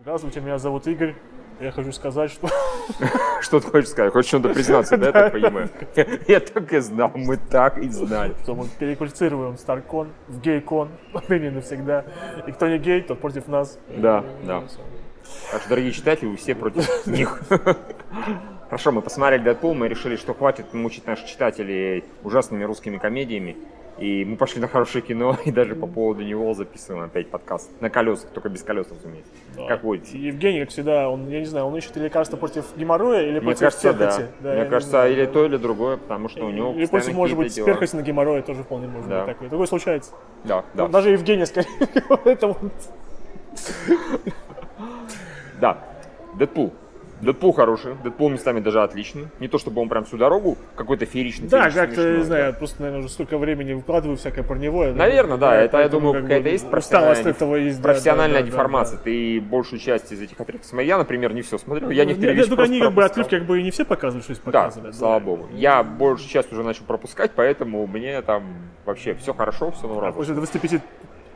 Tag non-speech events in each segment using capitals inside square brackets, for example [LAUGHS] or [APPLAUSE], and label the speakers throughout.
Speaker 1: Здравствуйте, меня зовут Игорь. Я хочу сказать, что... [LAUGHS]
Speaker 2: Что ты хочешь сказать? Хочешь что-то признаться, да, я так понимаю? Я так и знал, мы так и знали.
Speaker 1: что мы переквалифицируем Старкон в гей-кон [LAUGHS] отныне и навсегда. И кто не гей, тот против нас.
Speaker 2: Да, да. Так что, дорогие читатели, вы все против них. Хорошо, мы посмотрели Дэдпул, мы решили, что хватит мучить наших читателей ужасными русскими комедиями. И мы пошли на хорошее кино, [LAUGHS] и даже по поводу него записываем опять подкаст. На колесах, только без колес, разумеется. Как водится.
Speaker 1: И Евгений, как всегда, он, я не знаю, он ищет или лекарство против геморроя, или
Speaker 2: Мне
Speaker 1: против
Speaker 2: кажется, да.
Speaker 1: перхоти. я
Speaker 2: Мне
Speaker 1: не
Speaker 2: кажется,
Speaker 1: знаю.
Speaker 2: или то, или другое, потому что у него
Speaker 1: Или против,
Speaker 2: постоянно
Speaker 1: может быть,
Speaker 2: какие-то дела.
Speaker 1: перхоти на геморрое тоже вполне может
Speaker 2: Да.
Speaker 1: быть такое. Такое случается. Ну,
Speaker 2: Да, да.
Speaker 1: Даже Евгения, [LAUGHS] скорее всего, это он.
Speaker 2: Да, Дэдпул. Дэдпул хороший, Дэдпул местами даже отличный. Не то чтобы он прям всю дорогу какой-то фееричный.
Speaker 1: Да,
Speaker 2: фееричный,
Speaker 1: как-то, не
Speaker 2: смешной,
Speaker 1: знаю, просто, наверное, уже столько времени выкладываю всякое парневое.
Speaker 2: Наверное, да, это, я
Speaker 1: поэтому,
Speaker 2: думаю,
Speaker 1: как бы,
Speaker 2: какая-то есть
Speaker 1: устал
Speaker 2: профессиональная,
Speaker 1: от этого есть, да,
Speaker 2: профессиональная
Speaker 1: да, да, да,
Speaker 2: деформация.
Speaker 1: да.
Speaker 2: Ты большую часть из этих отрывков смотрел. Я, например, не все смотрел, я
Speaker 1: Ну,
Speaker 2: некоторые
Speaker 1: да,
Speaker 2: вещи
Speaker 1: только они
Speaker 2: просто
Speaker 1: как бы
Speaker 2: пропускал.
Speaker 1: отрывки как бы и не все показывали, что здесь
Speaker 2: Да,
Speaker 1: показывали.
Speaker 2: слава богу. Я большую часть уже начал пропускать, поэтому мне там вообще все хорошо, все на ура.
Speaker 1: После 25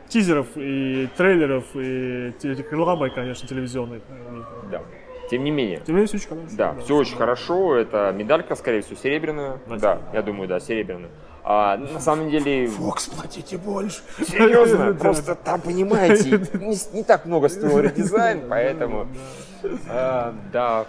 Speaker 1: тизеров и трейлеров и те- рекламы, конечно, телевизионной.
Speaker 2: Да. Тем не менее,
Speaker 1: Тем не менее, все очень хорошо.
Speaker 2: Да, все очень хорошо. Это медалька, скорее всего, серебряная.
Speaker 1: Значит,
Speaker 2: Да, я думаю, да, серебряная. А, на самом деле,
Speaker 1: Фокс, платите больше. [LAUGHS]
Speaker 2: серьезно,
Speaker 1: Да.
Speaker 2: просто там, понимаете, не, с- не так много стоил редизайн, поэтому, а, да,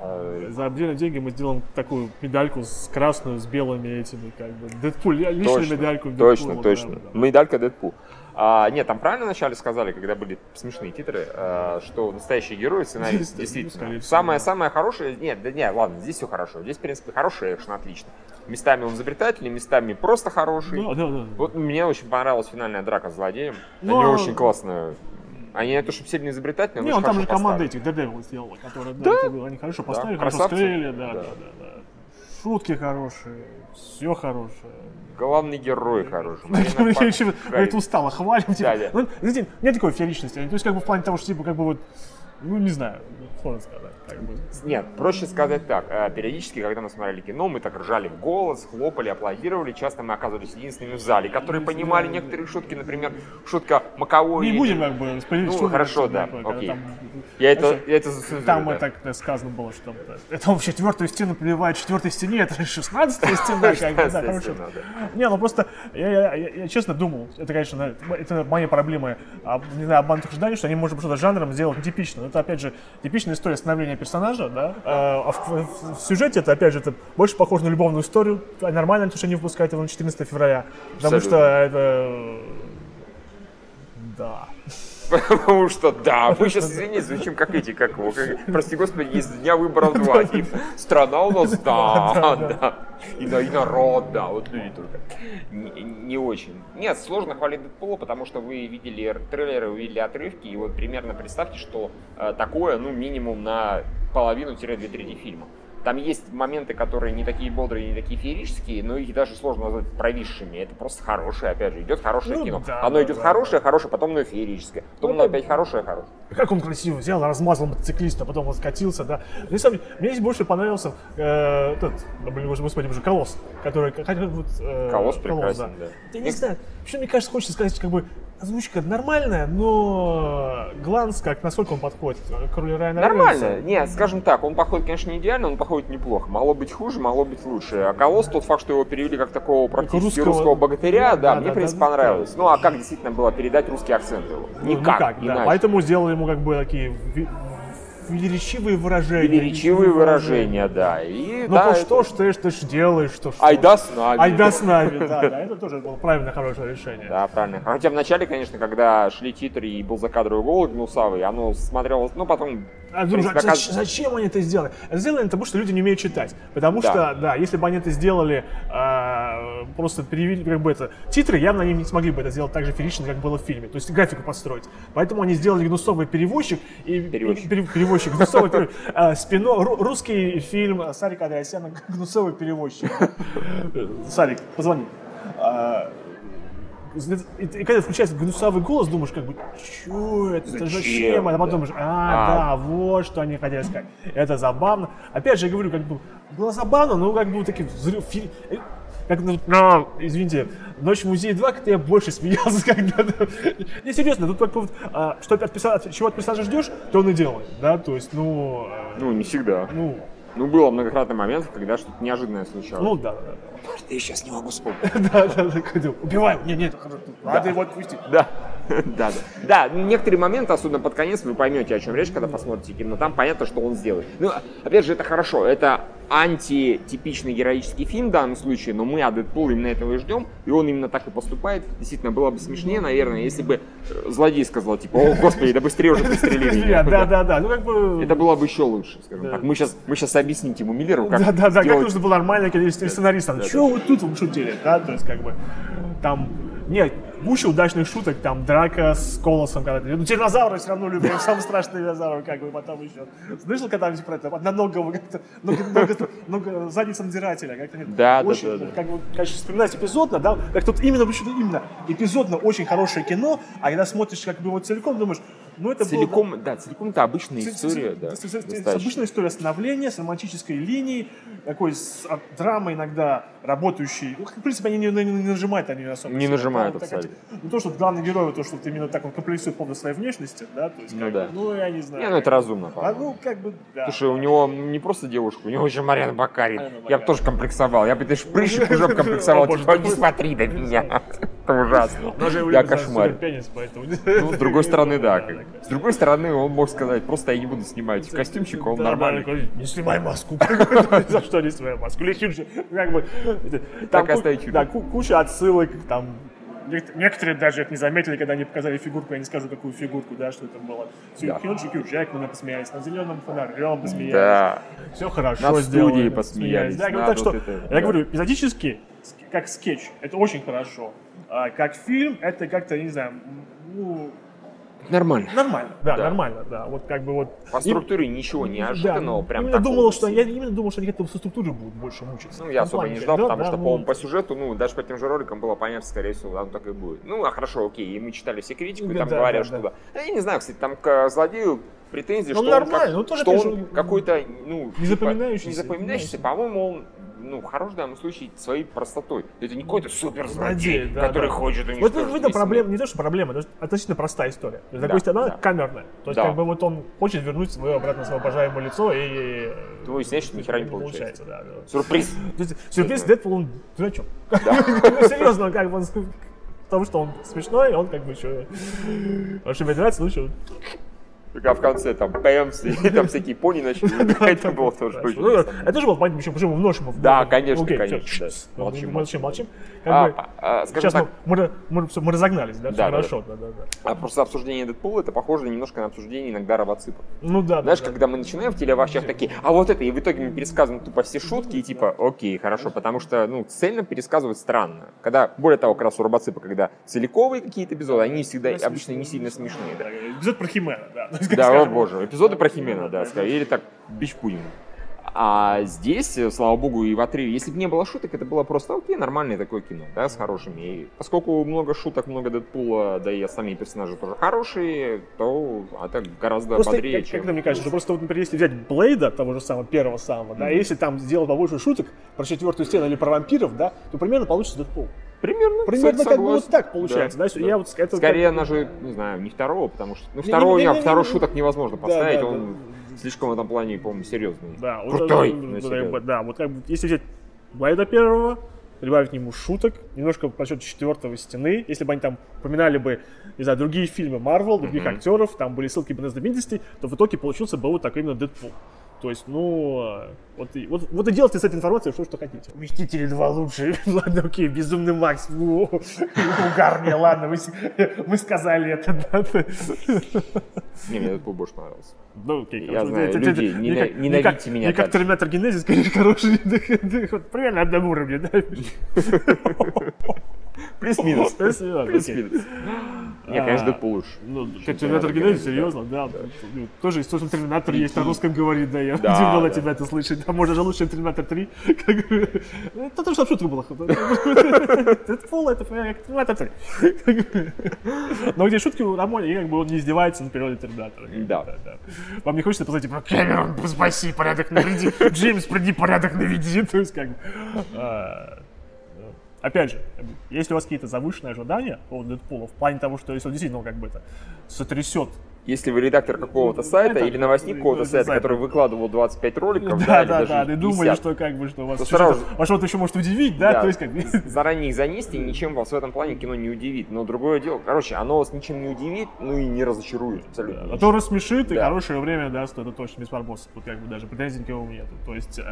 Speaker 2: А,
Speaker 1: За отдельные деньги мы сделаем такую медальку с красную, с белыми этими, как бы. Дэдпуль, я личную медальку. Дэдпула,
Speaker 2: точно,
Speaker 1: да,
Speaker 2: точно. Ну,
Speaker 1: да, да.
Speaker 2: Медалька Дэдпул. А, нет, там правильно вначале сказали, когда были смешные титры, а, что настоящий герой, сценарист,
Speaker 1: Ну, скорее
Speaker 2: действительно.
Speaker 1: всего,
Speaker 2: Самое,
Speaker 1: да.
Speaker 2: самое хорошее, нет, да нет, ладно, здесь все хорошо. Здесь, в принципе, хороший экшен, отлично. Местами он изобретательный, местами просто хороший.
Speaker 1: Да, да, да.
Speaker 2: Вот мне очень понравилась финальная драка с злодеем.
Speaker 1: Ну,
Speaker 2: Они
Speaker 1: а-
Speaker 2: очень классно. Они не то, чтобы сильно изобретательные, но
Speaker 1: Не,
Speaker 2: очень
Speaker 1: он там же
Speaker 2: хорошо
Speaker 1: команда
Speaker 2: поставлены.
Speaker 1: этих Daredevil сделала, которые, да,
Speaker 2: Да.
Speaker 1: это было- они хорошо поставили,
Speaker 2: Да,
Speaker 1: хорошо
Speaker 2: красавцы.
Speaker 1: скрыли, да, да,
Speaker 2: Да.
Speaker 1: да, да. Шутки хорошие, все хорошее.
Speaker 2: Главный герой хороший. Марина
Speaker 1: [LAUGHS] Я еще
Speaker 2: Пак-
Speaker 1: говорит, устала, хвалим, типа.
Speaker 2: Да, да.
Speaker 1: Ну, знаете, нет такой фееричности, то есть как бы в плане того, что типа как бы вот, ну не знаю, сложно сказать. как бы.
Speaker 2: Нет, проще сказать так. э, Периодически, когда мы смотрели кино, мы так ржали в голос, хлопали, аплодировали. Часто мы оказывались единственными в зале, которые понимали некоторые шутки. Например, шутка Макаои.
Speaker 1: Не будем как бы распределить,
Speaker 2: Ну,
Speaker 1: что
Speaker 2: хорошо,
Speaker 1: это,
Speaker 2: да,
Speaker 1: такое, когда
Speaker 2: окей.
Speaker 1: там-
Speaker 2: Я это,
Speaker 1: Вообще,
Speaker 2: я это зацензурю,
Speaker 1: Там
Speaker 2: да. [LAUGHS]
Speaker 1: это как-то сказано было, что там, да, это он в четвертую стену плевает, четвертой стене, это 16
Speaker 2: [LAUGHS]
Speaker 1: стена, как бы, да,
Speaker 2: Естественно,
Speaker 1: хорошо.
Speaker 2: да.
Speaker 1: Не, ну просто я, я- я- я честно думал, это, конечно, на- это мои проблемы, а, не знаю, обманутых ожиданий, что они, может быть, что-то жанром сделать нетипично. Но это, опять же, типичная история становления персонажа, да, а в, в- в сюжете это, опять же, это больше похоже на любовную историю. А Нормально, то, что они выпускают его на 14 февраля, потому
Speaker 2: Абсолютно.
Speaker 1: что это... Да.
Speaker 2: Потому что да, вы сейчас, извини, звучим как эти, как его, как- прости господи, из дня выборов два. И страна у нас,
Speaker 1: [LAUGHS]
Speaker 2: да, да. И, на- и народ, да, вот люди только. Не, не очень. Нет, сложно хвалить Дэдпула, потому что вы видели р- трейлеры, вы видели отрывки, и вот примерно представьте, что э, такое, ну, минимум на половину-две трети фильма. Там есть моменты, которые не такие бодрые, не такие феерические, но их даже сложно назвать провисшими. Это просто хорошее, опять же, идет хорошее
Speaker 1: Ну
Speaker 2: кино.
Speaker 1: да,
Speaker 2: Оно
Speaker 1: да,
Speaker 2: идет
Speaker 1: да.
Speaker 2: хорошее, хорошее, потом оно феерическое, потом
Speaker 1: Ну, да.
Speaker 2: оно опять хорошее, хорошее.
Speaker 1: Как он красиво взял, размазал мотоциклиста, а потом он скатился, да. На самом деле, мне здесь больше понравился э, этот, да, блин, господи, боже, колосс, который, хотя вот, э,
Speaker 2: Колосс прекрасен, да.
Speaker 1: Я не знаю, вообще, мне кажется, хочется сказать, как бы озвучка нормальная, но гланс, как, насколько он подходит к роли Райана
Speaker 2: Нормально.
Speaker 1: Рейнольдса.
Speaker 2: Нет, скажем так, он походит, конечно, не идеально, он походит неплохо. Могло быть хуже, могло быть лучше. А Колосс, тот факт, что его перевели как такого практически
Speaker 1: Ну, русского- Ну,
Speaker 2: русского, богатыря,
Speaker 1: Да,
Speaker 2: да, мне,
Speaker 1: да,
Speaker 2: в принципе,
Speaker 1: да, да.
Speaker 2: понравилось. Ну, а как действительно было передать русский акцент его?
Speaker 1: Ну,
Speaker 2: Никак,
Speaker 1: да.
Speaker 2: иначе.
Speaker 1: Поэтому сделали ему как бы такие ви- величивые выражения.
Speaker 2: Величивые выражения, да. И,
Speaker 1: Ну
Speaker 2: да,
Speaker 1: то
Speaker 2: это-
Speaker 1: что ж ты, ж ты ж делаешь, что ж.
Speaker 2: Айда с нами.
Speaker 1: Айда с нами, да, да, это тоже было правильно хорошее решение.
Speaker 2: Да, правильно. А Хотя вначале, конечно, когда шли титры и был закадровый голод Гнусавый, оно смотрелось, ну, потом...
Speaker 1: А
Speaker 2: в
Speaker 1: друг,
Speaker 2: принципе,
Speaker 1: а зач-
Speaker 2: оказ-
Speaker 1: зачем они это сделали? Сделали это потому, что люди не умеют читать. Потому
Speaker 2: Да.
Speaker 1: что, да, если бы они это сделали, а, просто перевели, как бы это, титры, явно они не смогли бы это сделать так же феерично, как было в фильме. То есть графику построить. Поэтому они сделали гнусовый перевозчик и...
Speaker 2: Перевозчик.
Speaker 1: и- пере- перевозчик, гнусовый перевозчик. А, спино- ру- русский фильм Сарика Андреасяна «Гнусовый перевозчик». Сарик, позвони. А, и ты- и когда включается гнусавый голос, думаешь, как бы, чё это, зачем?
Speaker 2: Зачем?
Speaker 1: А потом
Speaker 2: Да.
Speaker 1: думаешь, а, да,
Speaker 2: А.
Speaker 1: вот что они хотели сказать. Это забавно. Опять же, я говорю, как бы, было забавно, но как бы таким взрыв. фи- э, Как, ну, а, извините, «Ночь в музее 2», как я больше смеялся [LAUGHS] когда-то. Не, серьезно, тут только вот, а, что ты от, перса- от чего от персонажа ждешь, то он и делает, да, то есть, ну, э,
Speaker 2: Ну, не всегда.
Speaker 1: ну,
Speaker 2: Ну, было многократно моментов, когда что-то неожиданное случалось.
Speaker 1: ну, да, [LAUGHS] да, да.
Speaker 2: Может, я сейчас не могу вспомнить.
Speaker 1: Да, да, да, ходил. Убивай. Нет, нет, надо его отпустить.
Speaker 2: [LAUGHS] Да. Да, да. Да, некоторые моменты, особенно под конец, вы поймете, о чем речь, когда посмотрите кино. Там понятно, что он сделает. Ну, опять же, это хорошо. Это антитипичный героический фильм в данном случае, но мы от Дэдпула именно этого и ждем, и он именно так и поступает. Действительно, было бы смешнее, наверное, если бы э, злодей сказал, типа, о, господи, да быстрее
Speaker 1: [LAUGHS]
Speaker 2: уже пристрелили меня».
Speaker 1: Да, да, да. Ну, как бы...
Speaker 2: Это было бы еще лучше, скажем
Speaker 1: Да.
Speaker 2: так. Мы сейчас, мы сейчас объясним Тиму Миллеру, как
Speaker 1: Да, да, да, как
Speaker 2: сделать-
Speaker 1: нужно было нормально, когда есть сценарист, там,
Speaker 2: Да,
Speaker 1: чё вот тут вы шутили, да, то есть, как бы, там, нет, куча удачных шуток, там, драка с колосом, когда ты, ну, динозавры все равно любим, самый страшный динозавр, как бы, потом еще, слышал когда-нибудь про это, одноногого, как-то, много, много, много задниц надзирателя, как-то, нет,
Speaker 2: Да, да,
Speaker 1: очень,
Speaker 2: да, да.
Speaker 1: как бы, конечно, вспоминать эпизодно, да, как тут именно, почему именно, эпизодно очень хорошее кино, а когда смотришь, как бы, его целиком, думаешь, ну, это было, да,
Speaker 2: Целиком, да, целиком это обычная история, да.
Speaker 1: с- с- с- с-
Speaker 2: достаточно.
Speaker 1: Обычная история становления, с романтической линией, такой с а, драмой иногда работающей. Ну, как, в принципе, они не, не- не нажимают они особо.
Speaker 2: Не
Speaker 1: сильно.
Speaker 2: нажимают,
Speaker 1: Там, так,
Speaker 2: абсолютно.
Speaker 1: эти- Ну, то, что главный герой, то, что вот именно так он комплексует по поводу своей внешности, да, то есть,
Speaker 2: Ну
Speaker 1: как
Speaker 2: да.
Speaker 1: бы, ну, я не знаю.
Speaker 2: Не, ну это разумно,
Speaker 1: А,
Speaker 2: по-моему.
Speaker 1: ну, как бы, да.
Speaker 2: Слушай, у него не просто девушка, у него еще Марина Бакарин.
Speaker 1: Марьяна
Speaker 2: Я
Speaker 1: Бакарина.
Speaker 2: бы тоже комплексовал. Я бы даже
Speaker 1: [LAUGHS]
Speaker 2: прыщик уже бы
Speaker 1: Ну,
Speaker 2: комплексовал.
Speaker 1: О, боже,
Speaker 2: Типа, не
Speaker 1: такой-
Speaker 2: смотри на меня. [LAUGHS] Это ужасно.
Speaker 1: Она же его
Speaker 2: Я
Speaker 1: любит за
Speaker 2: кошмарю.
Speaker 1: суперпенис, поэтому...
Speaker 2: Ну, с
Speaker 1: [LAUGHS]
Speaker 2: другой стороны, да. как.
Speaker 1: да,
Speaker 2: С другой стороны, он мог сказать, просто я не буду снимать костюмчик, он
Speaker 1: Да,
Speaker 2: нормальный.
Speaker 1: говорит, Не снимай маску. [LAUGHS] За что не снимай маску? Лечим же. Как бы, это, там
Speaker 2: и оставить
Speaker 1: ку-
Speaker 2: чудо.
Speaker 1: Да, ку- куча отсылок, там, нек- Некоторые даже их не заметили, когда они показали фигурку, я не скажу, какую фигурку, да, что это было.
Speaker 2: Да.
Speaker 1: Хилджи, Хью Джекмана посмеялись, на зеленом фонарем посмеялись.
Speaker 2: Да.
Speaker 1: Все хорошо
Speaker 2: Над
Speaker 1: сделали,
Speaker 2: студией посмеялись,
Speaker 1: Да, я говорю,
Speaker 2: над
Speaker 1: так что,
Speaker 2: вот это,
Speaker 1: я
Speaker 2: да.
Speaker 1: говорю, эпизодически, ск- как скетч, это очень хорошо. А как фильм, это как-то, не знаю, м, ну,
Speaker 2: Нормально.
Speaker 1: нормально. Да,
Speaker 2: Да.
Speaker 1: нормально, да. Вот как бы вот...
Speaker 2: По
Speaker 1: И-
Speaker 2: структуре ничего неожиданного.
Speaker 1: да,
Speaker 2: Прям
Speaker 1: именно
Speaker 2: такого
Speaker 1: думал, что,
Speaker 2: сильного.
Speaker 1: я именно думал, что они как-то со структурой будут больше мучиться.
Speaker 2: Ну, я
Speaker 1: В том
Speaker 2: особо
Speaker 1: плане,
Speaker 2: не ждал,
Speaker 1: да,
Speaker 2: потому
Speaker 1: да,
Speaker 2: что,
Speaker 1: ну,
Speaker 2: по-моему, по сюжету, ну, даже по тем же роликам было понятно, скорее всего, там так и будет. Ну, а хорошо, окей, и мы читали все критику, и
Speaker 1: Да,
Speaker 2: там
Speaker 1: да,
Speaker 2: говорят,
Speaker 1: да,
Speaker 2: что
Speaker 1: да.
Speaker 2: да. А Я не знаю, кстати, там к э, злодею претензии,
Speaker 1: Ну,
Speaker 2: что,
Speaker 1: нормально,
Speaker 2: он, как-
Speaker 1: ну, тоже
Speaker 2: что
Speaker 1: пишут,
Speaker 2: он какой-то, ну,
Speaker 1: не запоминающийся,
Speaker 2: не запоминающийся,
Speaker 1: знаешь.
Speaker 2: по-моему, он ну, хорош в данном случае своей простотой. Это не какой-то супер
Speaker 1: Злодей,
Speaker 2: злодей,
Speaker 1: да,
Speaker 2: который
Speaker 1: да.
Speaker 2: хочет
Speaker 1: Вот
Speaker 2: уничтожить
Speaker 1: это это
Speaker 2: весь
Speaker 1: проблема,
Speaker 2: мир.
Speaker 1: не то, что проблема, это относительно простая история. То есть, с
Speaker 2: Да,
Speaker 1: другой стороны, она
Speaker 2: да.
Speaker 1: камерная. То есть,
Speaker 2: Да.
Speaker 1: как бы вот он хочет вернуть свое обратно свое обожаемое лицо и...
Speaker 2: Ну, и, значит, ни хера не получается.
Speaker 1: да, да.
Speaker 2: Сюрприз.
Speaker 1: То есть, Сюрприз Дэдпул, он дурачок. Ну, [LAUGHS] Серьезно, он как бы он... [LAUGHS] Потому что он смешной, он как бы еще... Он что, мне нравится, ну что...
Speaker 2: Только в конце там Пэмс и там всякие пони начали.
Speaker 1: [LAUGHS]
Speaker 2: Это было тоже очень
Speaker 1: Ну,
Speaker 2: весело.
Speaker 1: Это же был понятно, почему- почему мы множим. его.
Speaker 2: Да, конечно,
Speaker 1: Окей, всё,
Speaker 2: конечно, да.
Speaker 1: тс,
Speaker 2: Молчим,
Speaker 1: Молчим, молчим.
Speaker 2: А,
Speaker 1: Как бы,
Speaker 2: а, Скажем
Speaker 1: Сейчас
Speaker 2: так,
Speaker 1: мы, мы, ра- мы, всё, мы разогнались, да, всё
Speaker 2: Да, да,
Speaker 1: хорошо, да, да, да.
Speaker 2: А просто обсуждение Дэдпула это похоже немножко на обсуждение иногда ровоципов.
Speaker 1: Ну да, да,
Speaker 2: Знаешь,
Speaker 1: да.
Speaker 2: когда мы начинаем в телевощах такие, а вот это, и в итоге мы пересказываем тупо все шутки, и типа, окей, хорошо, потому что, ну, цельно пересказывать странно. Когда, более того, как раз у робоципа, когда целиковые какие-то эпизоды, они всегда
Speaker 1: Да,
Speaker 2: обычно не сильно смешные, да.
Speaker 1: Эпизод Э, про Химена, да. [LAUGHS]
Speaker 2: Да, о боже, эпизоды про Химена, да, скажем, или так, бич Пунина. А здесь, э, слава богу, и в отрыве, если бы не было шуток, это было просто, окей, нормальное такое кино, да, с хорошими. И поскольку много шуток, много Дэдпула, да и остальные персонажи тоже хорошие, то это гораздо
Speaker 1: Просто,
Speaker 2: бодрее,
Speaker 1: как,
Speaker 2: чем...
Speaker 1: как-то мне кажется, что просто, вот, например, если взять Блейда, того же самого, первого самого, да,
Speaker 2: Мгм.
Speaker 1: если там сделать побольше шуток про четвертую стену или про вампиров, да, то примерно получится Дэдпул.
Speaker 2: Примерно,
Speaker 1: Примерно
Speaker 2: кстати,
Speaker 1: как бы вот
Speaker 2: согласен.
Speaker 1: так получается, да,
Speaker 2: Да,
Speaker 1: если-
Speaker 2: да.
Speaker 1: я вот это как-
Speaker 2: Скорее, она же, не знаю, не второго, потому что...
Speaker 1: Не,
Speaker 2: Ну,
Speaker 1: не,
Speaker 2: второго,
Speaker 1: не, не,
Speaker 2: я-
Speaker 1: не, не,
Speaker 2: второй
Speaker 1: не.
Speaker 2: шуток невозможно
Speaker 1: Да,
Speaker 2: поставить,
Speaker 1: да,
Speaker 2: он слишком в этом плане, по-моему, серьезный.
Speaker 1: Да, вот
Speaker 2: Крутой! Ну,
Speaker 1: это, ну,
Speaker 2: на
Speaker 1: да,
Speaker 2: себя.
Speaker 1: да, да, вот как бы, если взять Блайда первого, прибавить к нему шуток, немножко насчет четвертого стены, если бы они там упоминали бы, не знаю, другие фильмы Марвел, других
Speaker 2: Мгм.
Speaker 1: актеров, там были ссылки бы на знаменитостей, то в итоге получился бы вот такой именно Дэдпул. То есть, ну, э, вот и, вот, вот и делайте с этой информацией что, что хотите. Мстители 2 лучше. [LAUGHS] ладно, окей, Безумный Макс. [LAUGHS] Во, Угарнее, ладно, мы, с- [LAUGHS] мы сказали это. да.
Speaker 2: Не, мне этот клуб больше понравился.
Speaker 1: Ну, окей,
Speaker 2: Я
Speaker 1: хорошо.
Speaker 2: знаю
Speaker 1: Это- это-
Speaker 2: людей,
Speaker 1: это
Speaker 2: нена-
Speaker 1: не как- не
Speaker 2: ненавидьте
Speaker 1: как-
Speaker 2: меня
Speaker 1: Не как
Speaker 2: так.
Speaker 1: Терминатор Генезис, [LAUGHS] конечно, хороший. Вот Примерно на одном уровне, да?
Speaker 2: [LAUGHS]
Speaker 1: [LAUGHS]
Speaker 2: Плюс-минус.
Speaker 1: Да, серьезно, окей. [GASPS]
Speaker 2: Плюс-минус. Не, конечно,
Speaker 1: А,
Speaker 2: Дэдпул лучше.
Speaker 1: Ну, как
Speaker 2: Терминатор
Speaker 1: Терминатор Генезис,
Speaker 2: Генезис,
Speaker 1: серьезно, да. Ну, Тоже источник Терминатор есть, на русском говорит, да, я
Speaker 2: Да,
Speaker 1: удивлен было
Speaker 2: да.
Speaker 1: тебя это слышать. Да, можно же лучше, чем Терминатор 3. [LAUGHS] Как бы, ну, Это тоже шутка была. Дэдпул, это как Терминатор 3. Как бы. Но где шутки у Рамони, и как бы он не издевается на природе Терминатора.
Speaker 2: Да.
Speaker 1: Да. Вам не хочется посмотреть, типа, Кэмерон, [LAUGHS] спаси, порядок наведи, Джеймс, приди, порядок наведи, то есть как бы... а, опять же, если у вас какие-то завышенные ожидания по Дэдпулу, в плане того, что если он действительно ну, как бы это сотрясет
Speaker 2: Если вы редактор какого-то сайта
Speaker 1: Это-
Speaker 2: или новостник какого-то
Speaker 1: это
Speaker 2: сайта,
Speaker 1: сайт.
Speaker 2: который выкладывал 25 роликов, да,
Speaker 1: Да,
Speaker 2: или
Speaker 1: да,
Speaker 2: даже
Speaker 1: да, ты думаешь,
Speaker 2: 50,
Speaker 1: что как бы, что вас
Speaker 2: То
Speaker 1: что-то-
Speaker 2: сразу-
Speaker 1: вас что-то еще может удивить, да,
Speaker 2: Да.
Speaker 1: то есть как бы,
Speaker 2: [LAUGHS] заранее их занести, и ничем вас в этом плане кино не удивит. Но другое дело, короче, оно вас ничем не удивит, ну и не разочарует абсолютно.
Speaker 1: а то рассмешит и
Speaker 2: Да.
Speaker 1: хорошее время даст, это точно, без барбосов, вот как бы даже претензий никого нету. То есть, э,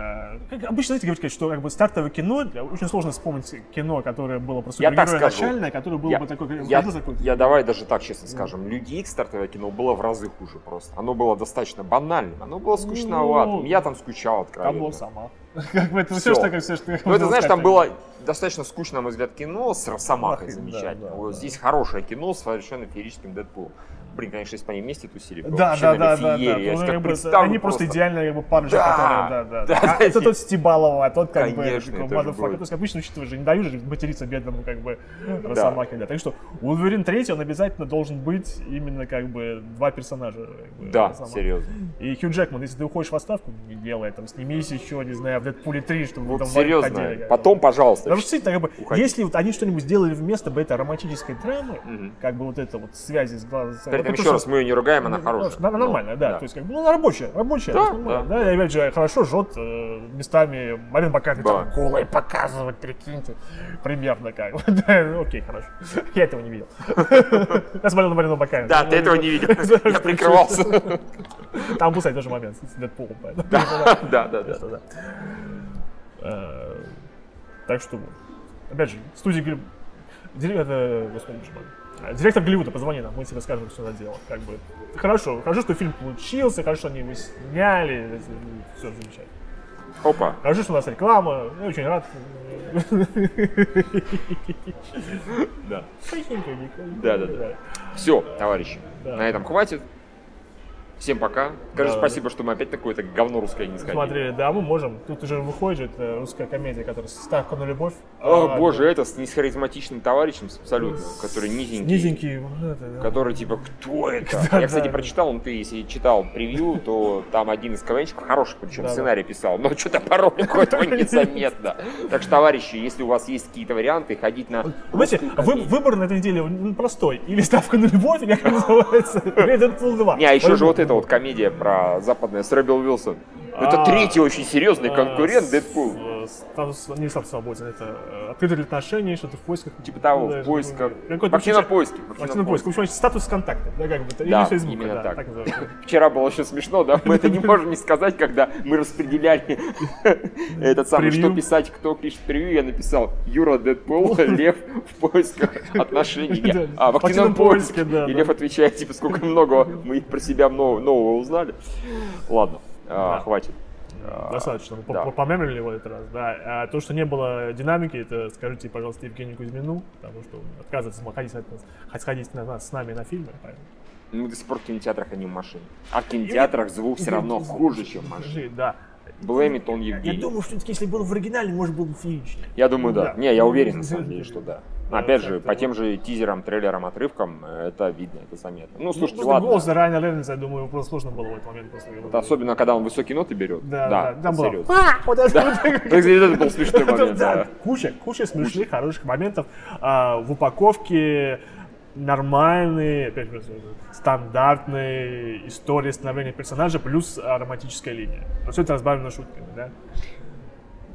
Speaker 1: как обычно, знаете, говорят, что как бы стартовое кино, для- очень сложно вспомнить кино, которое было про
Speaker 2: Я так
Speaker 1: супергероя
Speaker 2: скажу.
Speaker 1: начальное, которое было
Speaker 2: Я-
Speaker 1: бы такое, как-
Speaker 2: Я,
Speaker 1: знаете, такое-
Speaker 2: я давай даже так честно скажем, Люди Икс стартовое кино было в разы хуже просто. Оно было достаточно банальным, оно было скучноватым,
Speaker 1: Ну,
Speaker 2: я там скучал
Speaker 1: Там
Speaker 2: откровенно.
Speaker 1: была сама. [LAUGHS] Как бы это
Speaker 2: Всё.
Speaker 1: все, что как все, что как
Speaker 2: Ну, это,
Speaker 1: можно
Speaker 2: знаешь, там
Speaker 1: сказать,
Speaker 2: было достаточно скучно, на мой взгляд, кино с Росомахой
Speaker 1: Ах, да,
Speaker 2: замечательно.
Speaker 1: да,
Speaker 2: вот
Speaker 1: да.
Speaker 2: здесь хорошее кино с совершенно феерическим Дэдпулом. Блин, конечно, если бы они вместе тусили, было
Speaker 1: Да,
Speaker 2: вообще,
Speaker 1: да, да,
Speaker 2: наверное,
Speaker 1: да, да.
Speaker 2: феерия. Я
Speaker 1: Ну,
Speaker 2: же
Speaker 1: как
Speaker 2: как
Speaker 1: бы
Speaker 2: представлю
Speaker 1: Они просто идеальные как бы парочка,
Speaker 2: Да,
Speaker 1: которые, да, да.
Speaker 2: да,
Speaker 1: А
Speaker 2: да,
Speaker 1: это
Speaker 2: и-
Speaker 1: тот Стебалова, а тот как
Speaker 2: Конечно,
Speaker 1: бы такой
Speaker 2: это же
Speaker 1: motherfucker.
Speaker 2: будет.
Speaker 1: То есть обычно учитывая же, не дают же материться бедному как бы Росомахе, да. Так что Wolverine 3, он обязательно должен быть именно как бы два персонажа. как бы,
Speaker 2: Да,
Speaker 1: Росомаха.
Speaker 2: серьезно.
Speaker 1: И Хью Джекман, если ты уходишь в отставку, не делай там, снимись еще, не знаю, в Дэдпуле 3, чтобы вы
Speaker 2: Вот
Speaker 1: там ходили,
Speaker 2: серьезно.
Speaker 1: как бы.
Speaker 2: Потом, пожалуйста.
Speaker 1: Потому что, действительно, как бы,
Speaker 2: Уходи.
Speaker 1: если вот они что-нибудь сделали вместо бы этой романтической драмы,
Speaker 2: Мгм.
Speaker 1: как бы вот это вот связи с глазом.
Speaker 2: При этом еще раз мы ее не ругаем, она хорошая.
Speaker 1: Ну,
Speaker 2: Ну,
Speaker 1: Нормально, нормальная, да. То есть, как бы, ну, она рабочая, рабочая.
Speaker 2: Да,
Speaker 1: то есть нормально,
Speaker 2: да.
Speaker 1: да. И, опять же, хорошо жжет э, местами момент Бакарди
Speaker 2: Да.
Speaker 1: там голой показывает, прикиньте. Примерно как. бы. [LAUGHS] Да, ну, окей, хорошо. Я этого не видел. [LAUGHS] Я смотрел на Марину Бакарди.
Speaker 2: Да, ты этого не
Speaker 1: [LAUGHS]
Speaker 2: видел. Я прикрывался.
Speaker 1: ну, Там был, кстати, тоже момент с Дэдпулом, поэтому.
Speaker 2: [LAUGHS] Да, да, да. да.
Speaker 1: Что да. Э, Так что, вот. опять же, студия Голли- Дир- это, господи, боже мой. А, Директор Голливуда, позвони нам, мы тебе расскажем, что надо делать. Как бы. Хорошо, хорошо, что фильм получился, хорошо, они его сняли, все замечательно.
Speaker 2: Опа.
Speaker 1: Хорошо, что у нас реклама, я очень рад.
Speaker 2: Да.
Speaker 1: Хихика, Николай.
Speaker 2: Да, да, да. Все, товарищи,
Speaker 1: Да.
Speaker 2: на этом хватит. Всем пока. Скажи
Speaker 1: Да.
Speaker 2: спасибо, что мы опять такое-то говно русское не сходили.
Speaker 1: Смотрели, да, мы можем. Тут уже выходит э, русская комедия, которая «Ставка на любовь».
Speaker 2: О,
Speaker 1: А,
Speaker 2: боже, это с несхаризматичным товарищем с- абсолютно, который низенький.
Speaker 1: Низенький. вот это, да.
Speaker 2: Который типа, кто это?
Speaker 1: [LAUGHS] Да,
Speaker 2: Я, кстати,
Speaker 1: да.
Speaker 2: прочитал, ну ты, если читал превью, то там один из КВНщиков, хороший причем,
Speaker 1: Да, да.
Speaker 2: сценарий писал, но что-то
Speaker 1: [LAUGHS]
Speaker 2: по ролику этого незаметно. Так что, товарищи, если у вас есть какие-то варианты, ходить на...
Speaker 1: Знаете, вы- выбор на этой неделе он простой. Или ставка на любовь, или как называется,
Speaker 2: [LAUGHS]
Speaker 1: или Дэдпул 2.
Speaker 2: Не, а еще же вот эта вот комедия про западное с Рэббел Уилсон. Это
Speaker 1: А.
Speaker 2: третий очень серьезный
Speaker 1: А,
Speaker 2: конкурент
Speaker 1: с-
Speaker 2: Дэдпул.
Speaker 1: э, с- там с- Не сам свободен, это э, открытые для отношений, что-то в поисках.
Speaker 2: Типа того, в
Speaker 1: Даже,
Speaker 2: поисках.
Speaker 1: ну, какой-то
Speaker 2: Вообще на
Speaker 1: вообще-
Speaker 2: поиске.
Speaker 1: Вообще на поисках. В общем, статус контакта, да, как бы, это,
Speaker 2: Да,
Speaker 1: или Фейсбука,
Speaker 2: именно
Speaker 1: да,
Speaker 2: так. [LAUGHS]
Speaker 1: называется.
Speaker 2: Вчера было еще смешно, да? Мы это не можем не сказать, когда мы распределяли этот самый,
Speaker 1: Превью.
Speaker 2: что писать, кто пишет превью. Я написал Юра Дэдпул, Лев в поисках отношений. Я,
Speaker 1: Да,
Speaker 2: А, в
Speaker 1: в
Speaker 2: активном
Speaker 1: активном
Speaker 2: поиске.
Speaker 1: поиске, да,
Speaker 2: И
Speaker 1: да.
Speaker 2: Лев отвечает, типа, сколько много мы про себя нового нового узнали. Ладно, а,
Speaker 1: Да.
Speaker 2: хватит.
Speaker 1: Достаточно, мы по-
Speaker 2: да.
Speaker 1: по- помемлили в этот раз, да. А то, что не было динамики, это скажите, пожалуйста, Евгению Кузьмину, потому что он отказывается ходить от нас, хоть ходить на нас, с нами на фильмы, поэтому.
Speaker 2: Мы до сих пор в кинотеатрах, а не в машине. А в кинотеатрах звук все равно хуже, чем в машине.
Speaker 1: типа, Скажи, да.
Speaker 2: Блэмит он Евгений.
Speaker 1: все-таки, если был в оригинале, может, было бы феерично.
Speaker 2: Я думаю, да.
Speaker 1: Да.
Speaker 2: Не, я уверен,
Speaker 1: [LAUGHS]
Speaker 2: на самом деле, что да.
Speaker 1: Да,
Speaker 2: Но, Опять же,
Speaker 1: как-то
Speaker 2: по
Speaker 1: вот.
Speaker 2: тем же тизерам, трейлерам, отрывкам э, это видно, это заметно. Ну, слушайте,
Speaker 1: Ну, просто Голос
Speaker 2: ладно.
Speaker 1: за Райана Рейнольдса, я думаю, просто сложно было в этот момент после его.
Speaker 2: Вот Особенно, когда он высокие ноты берет.
Speaker 1: Да, да,
Speaker 2: это
Speaker 1: там было.
Speaker 2: серьезно. [LAUGHS]
Speaker 1: «А, [LAUGHS] вот это
Speaker 2: Да.
Speaker 1: вот».
Speaker 2: Так, кстати, Это
Speaker 1: [LAUGHS]
Speaker 2: был смешной момент,
Speaker 1: Да,
Speaker 2: да.
Speaker 1: Куча, куча смешных, хороших моментов а, в упаковке нормальные, опять же, стандартные истории становления персонажа плюс а, романтическая линия. Но все это разбавлено шутками, да?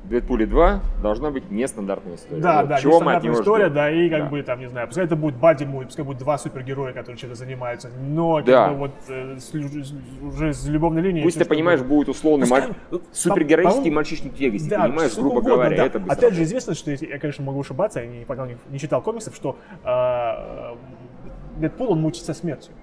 Speaker 2: Дэдпули 2 должна быть нестандартная история.
Speaker 1: Да,
Speaker 2: Вот
Speaker 1: да,
Speaker 2: чего мы от
Speaker 1: нестандартная
Speaker 2: него
Speaker 1: история,
Speaker 2: ждем.
Speaker 1: да, и как
Speaker 2: Да.
Speaker 1: бы там, не знаю, пускай это будет Бадди Муви, пускай будет два супергероя, которые чем-то занимаются, но как
Speaker 2: Да.
Speaker 1: бы вот э, с лю- с- уже с любовной линии...
Speaker 2: Пусть ты
Speaker 1: чисто
Speaker 2: понимаешь,
Speaker 1: будет-
Speaker 2: будет условно
Speaker 1: Пускай-
Speaker 2: маль- супергеройский
Speaker 1: по-моему-
Speaker 2: мальчишник в Вегасе,
Speaker 1: Да,
Speaker 2: понимаешь,
Speaker 1: что
Speaker 2: грубо
Speaker 1: угодно,
Speaker 2: говоря,
Speaker 1: да.
Speaker 2: это бы
Speaker 1: Опять же,
Speaker 2: сработало.
Speaker 1: известно, что если- я, конечно, могу ошибаться, я не, пока не, не читал комиксов, что э, Дэдпул, он мучится смертью.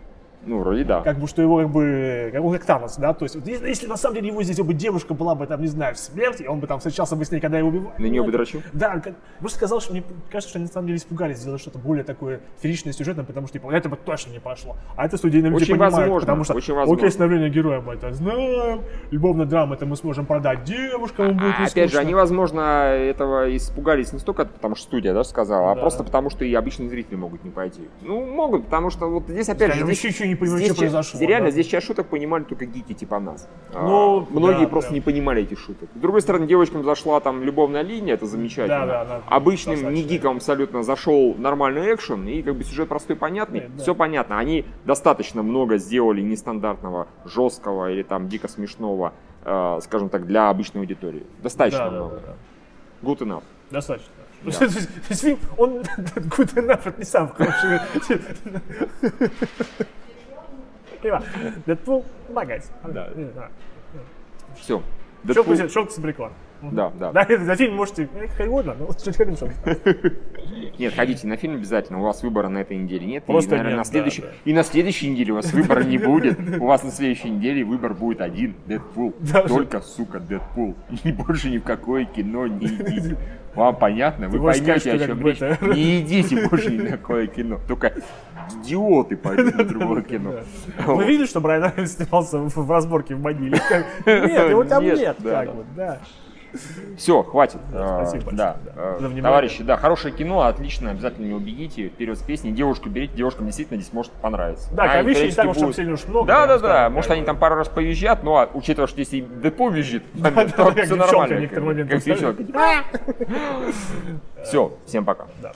Speaker 2: Ну, вроде да.
Speaker 1: Как бы, что его как бы, как, он как Танос, да, то есть, вот если, если на самом деле его здесь бы девушка была бы, там, не знаю, в смерти, он бы там встречался бы с ней, когда его убивали.
Speaker 2: На нее
Speaker 1: ну,
Speaker 2: бы
Speaker 1: это-
Speaker 2: дрочил?
Speaker 1: Да, как, просто сказал, что мне кажется, что они на самом деле испугались сделать что-то более такое феричное сюжетное, потому что, типа, это бы точно не прошло. А это студийные люди
Speaker 2: Очень
Speaker 1: понимают,
Speaker 2: возможно,
Speaker 1: потому что,
Speaker 2: очень возможно.
Speaker 1: окей, становление героя мы это знаем, любовная драма, это мы сможем продать девушкам, им будет
Speaker 2: А,
Speaker 1: не
Speaker 2: Опять же,
Speaker 1: скучно.
Speaker 2: они, возможно, этого испугались не столько, потому что студия да, сказала, а
Speaker 1: Да.
Speaker 2: просто потому, что и обычные зрители могут не пойти. Ну, могут, потому что вот здесь, опять же,
Speaker 1: Они
Speaker 2: здесь
Speaker 1: вообще ничего не не понимаю,
Speaker 2: Здесь
Speaker 1: что
Speaker 2: ча-
Speaker 1: произошло.
Speaker 2: Реально,
Speaker 1: да.
Speaker 2: здесь часть шуток понимали только гики типа нас.
Speaker 1: Ну,
Speaker 2: А, многие
Speaker 1: да,
Speaker 2: просто
Speaker 1: прям.
Speaker 2: не понимали этих шуток. С другой стороны, девочкам зашла там любовная линия, это замечательно.
Speaker 1: Да, да, да.
Speaker 2: Обычным
Speaker 1: Достаточно.
Speaker 2: не гикам абсолютно зашел нормальный экшен, и как бы сюжет простой, понятный,
Speaker 1: Да, да.
Speaker 2: все понятно. Они достаточно много сделали нестандартного, жесткого или там дико смешного, э, скажем так, для обычной аудитории. Достаточно
Speaker 1: Да, да,
Speaker 2: много.
Speaker 1: да, да.
Speaker 2: Good enough.
Speaker 1: Достаточно.
Speaker 2: Да.
Speaker 1: То есть- то есть фильм, он [LAUGHS] good enough, это не сам
Speaker 2: [LAUGHS]
Speaker 1: хороший. Понимаю. Дэдпул помогать.
Speaker 2: Да.
Speaker 1: Не знаю.
Speaker 2: Все.
Speaker 1: Щелк взял- щелк с абрикла.
Speaker 2: Да, да.
Speaker 1: Да, это за фильм можете, э, как угодно, но лучше хотим
Speaker 2: [LAUGHS]
Speaker 1: щелк.
Speaker 2: Нет, ходите на фильм обязательно. У вас выбора на этой неделе нет.
Speaker 1: Просто
Speaker 2: и, наверное,
Speaker 1: нет,
Speaker 2: на
Speaker 1: да,
Speaker 2: следующей...
Speaker 1: да.
Speaker 2: И на следующей неделе у вас выбора
Speaker 1: [LAUGHS]
Speaker 2: не будет. У вас на следующей неделе выбор будет один. Дэдпул.
Speaker 1: Даже-
Speaker 2: Только, сука, Дэдпул. И больше ни в какое кино не
Speaker 1: [LAUGHS]
Speaker 2: идите. Вам понятно? Вы
Speaker 1: Ты можешь
Speaker 2: поймете,
Speaker 1: сказать,
Speaker 2: о
Speaker 1: что
Speaker 2: чем
Speaker 1: как бы
Speaker 2: речь.
Speaker 1: это-
Speaker 2: Не идите больше ни на какое кино. Только идиоты пойдут на другое кино. Вот.
Speaker 1: Вы видели, что Брайан Райан снимался в- в разборке в Маниле? Как- Нет, его там
Speaker 2: Нет,
Speaker 1: нет,
Speaker 2: да,
Speaker 1: как
Speaker 2: да.
Speaker 1: бы, да.
Speaker 2: Все, хватит.
Speaker 1: Да,
Speaker 2: Э,
Speaker 1: спасибо
Speaker 2: да.
Speaker 1: большое, да,
Speaker 2: Э,
Speaker 1: за внимание.
Speaker 2: Товарищи, да, хорошее кино, отлично, обязательно не убегите. Вперед с песней. Девушку берите, девушкам действительно здесь может понравиться. А,
Speaker 1: Да,
Speaker 2: Она
Speaker 1: ковище не
Speaker 2: периодически
Speaker 1: так уж там
Speaker 2: будет-
Speaker 1: сильно уж много.
Speaker 2: Да,
Speaker 1: я
Speaker 2: да,
Speaker 1: вам
Speaker 2: да.
Speaker 1: скажу,
Speaker 2: Может,
Speaker 1: как
Speaker 2: они
Speaker 1: бы.
Speaker 2: там пару раз повизжат, но а, учитывая, что если и депо визжит,
Speaker 1: да,
Speaker 2: то
Speaker 1: как
Speaker 2: все
Speaker 1: девчонка в
Speaker 2: нормально.
Speaker 1: некоторый момент
Speaker 2: Все, всем пока.
Speaker 1: Да.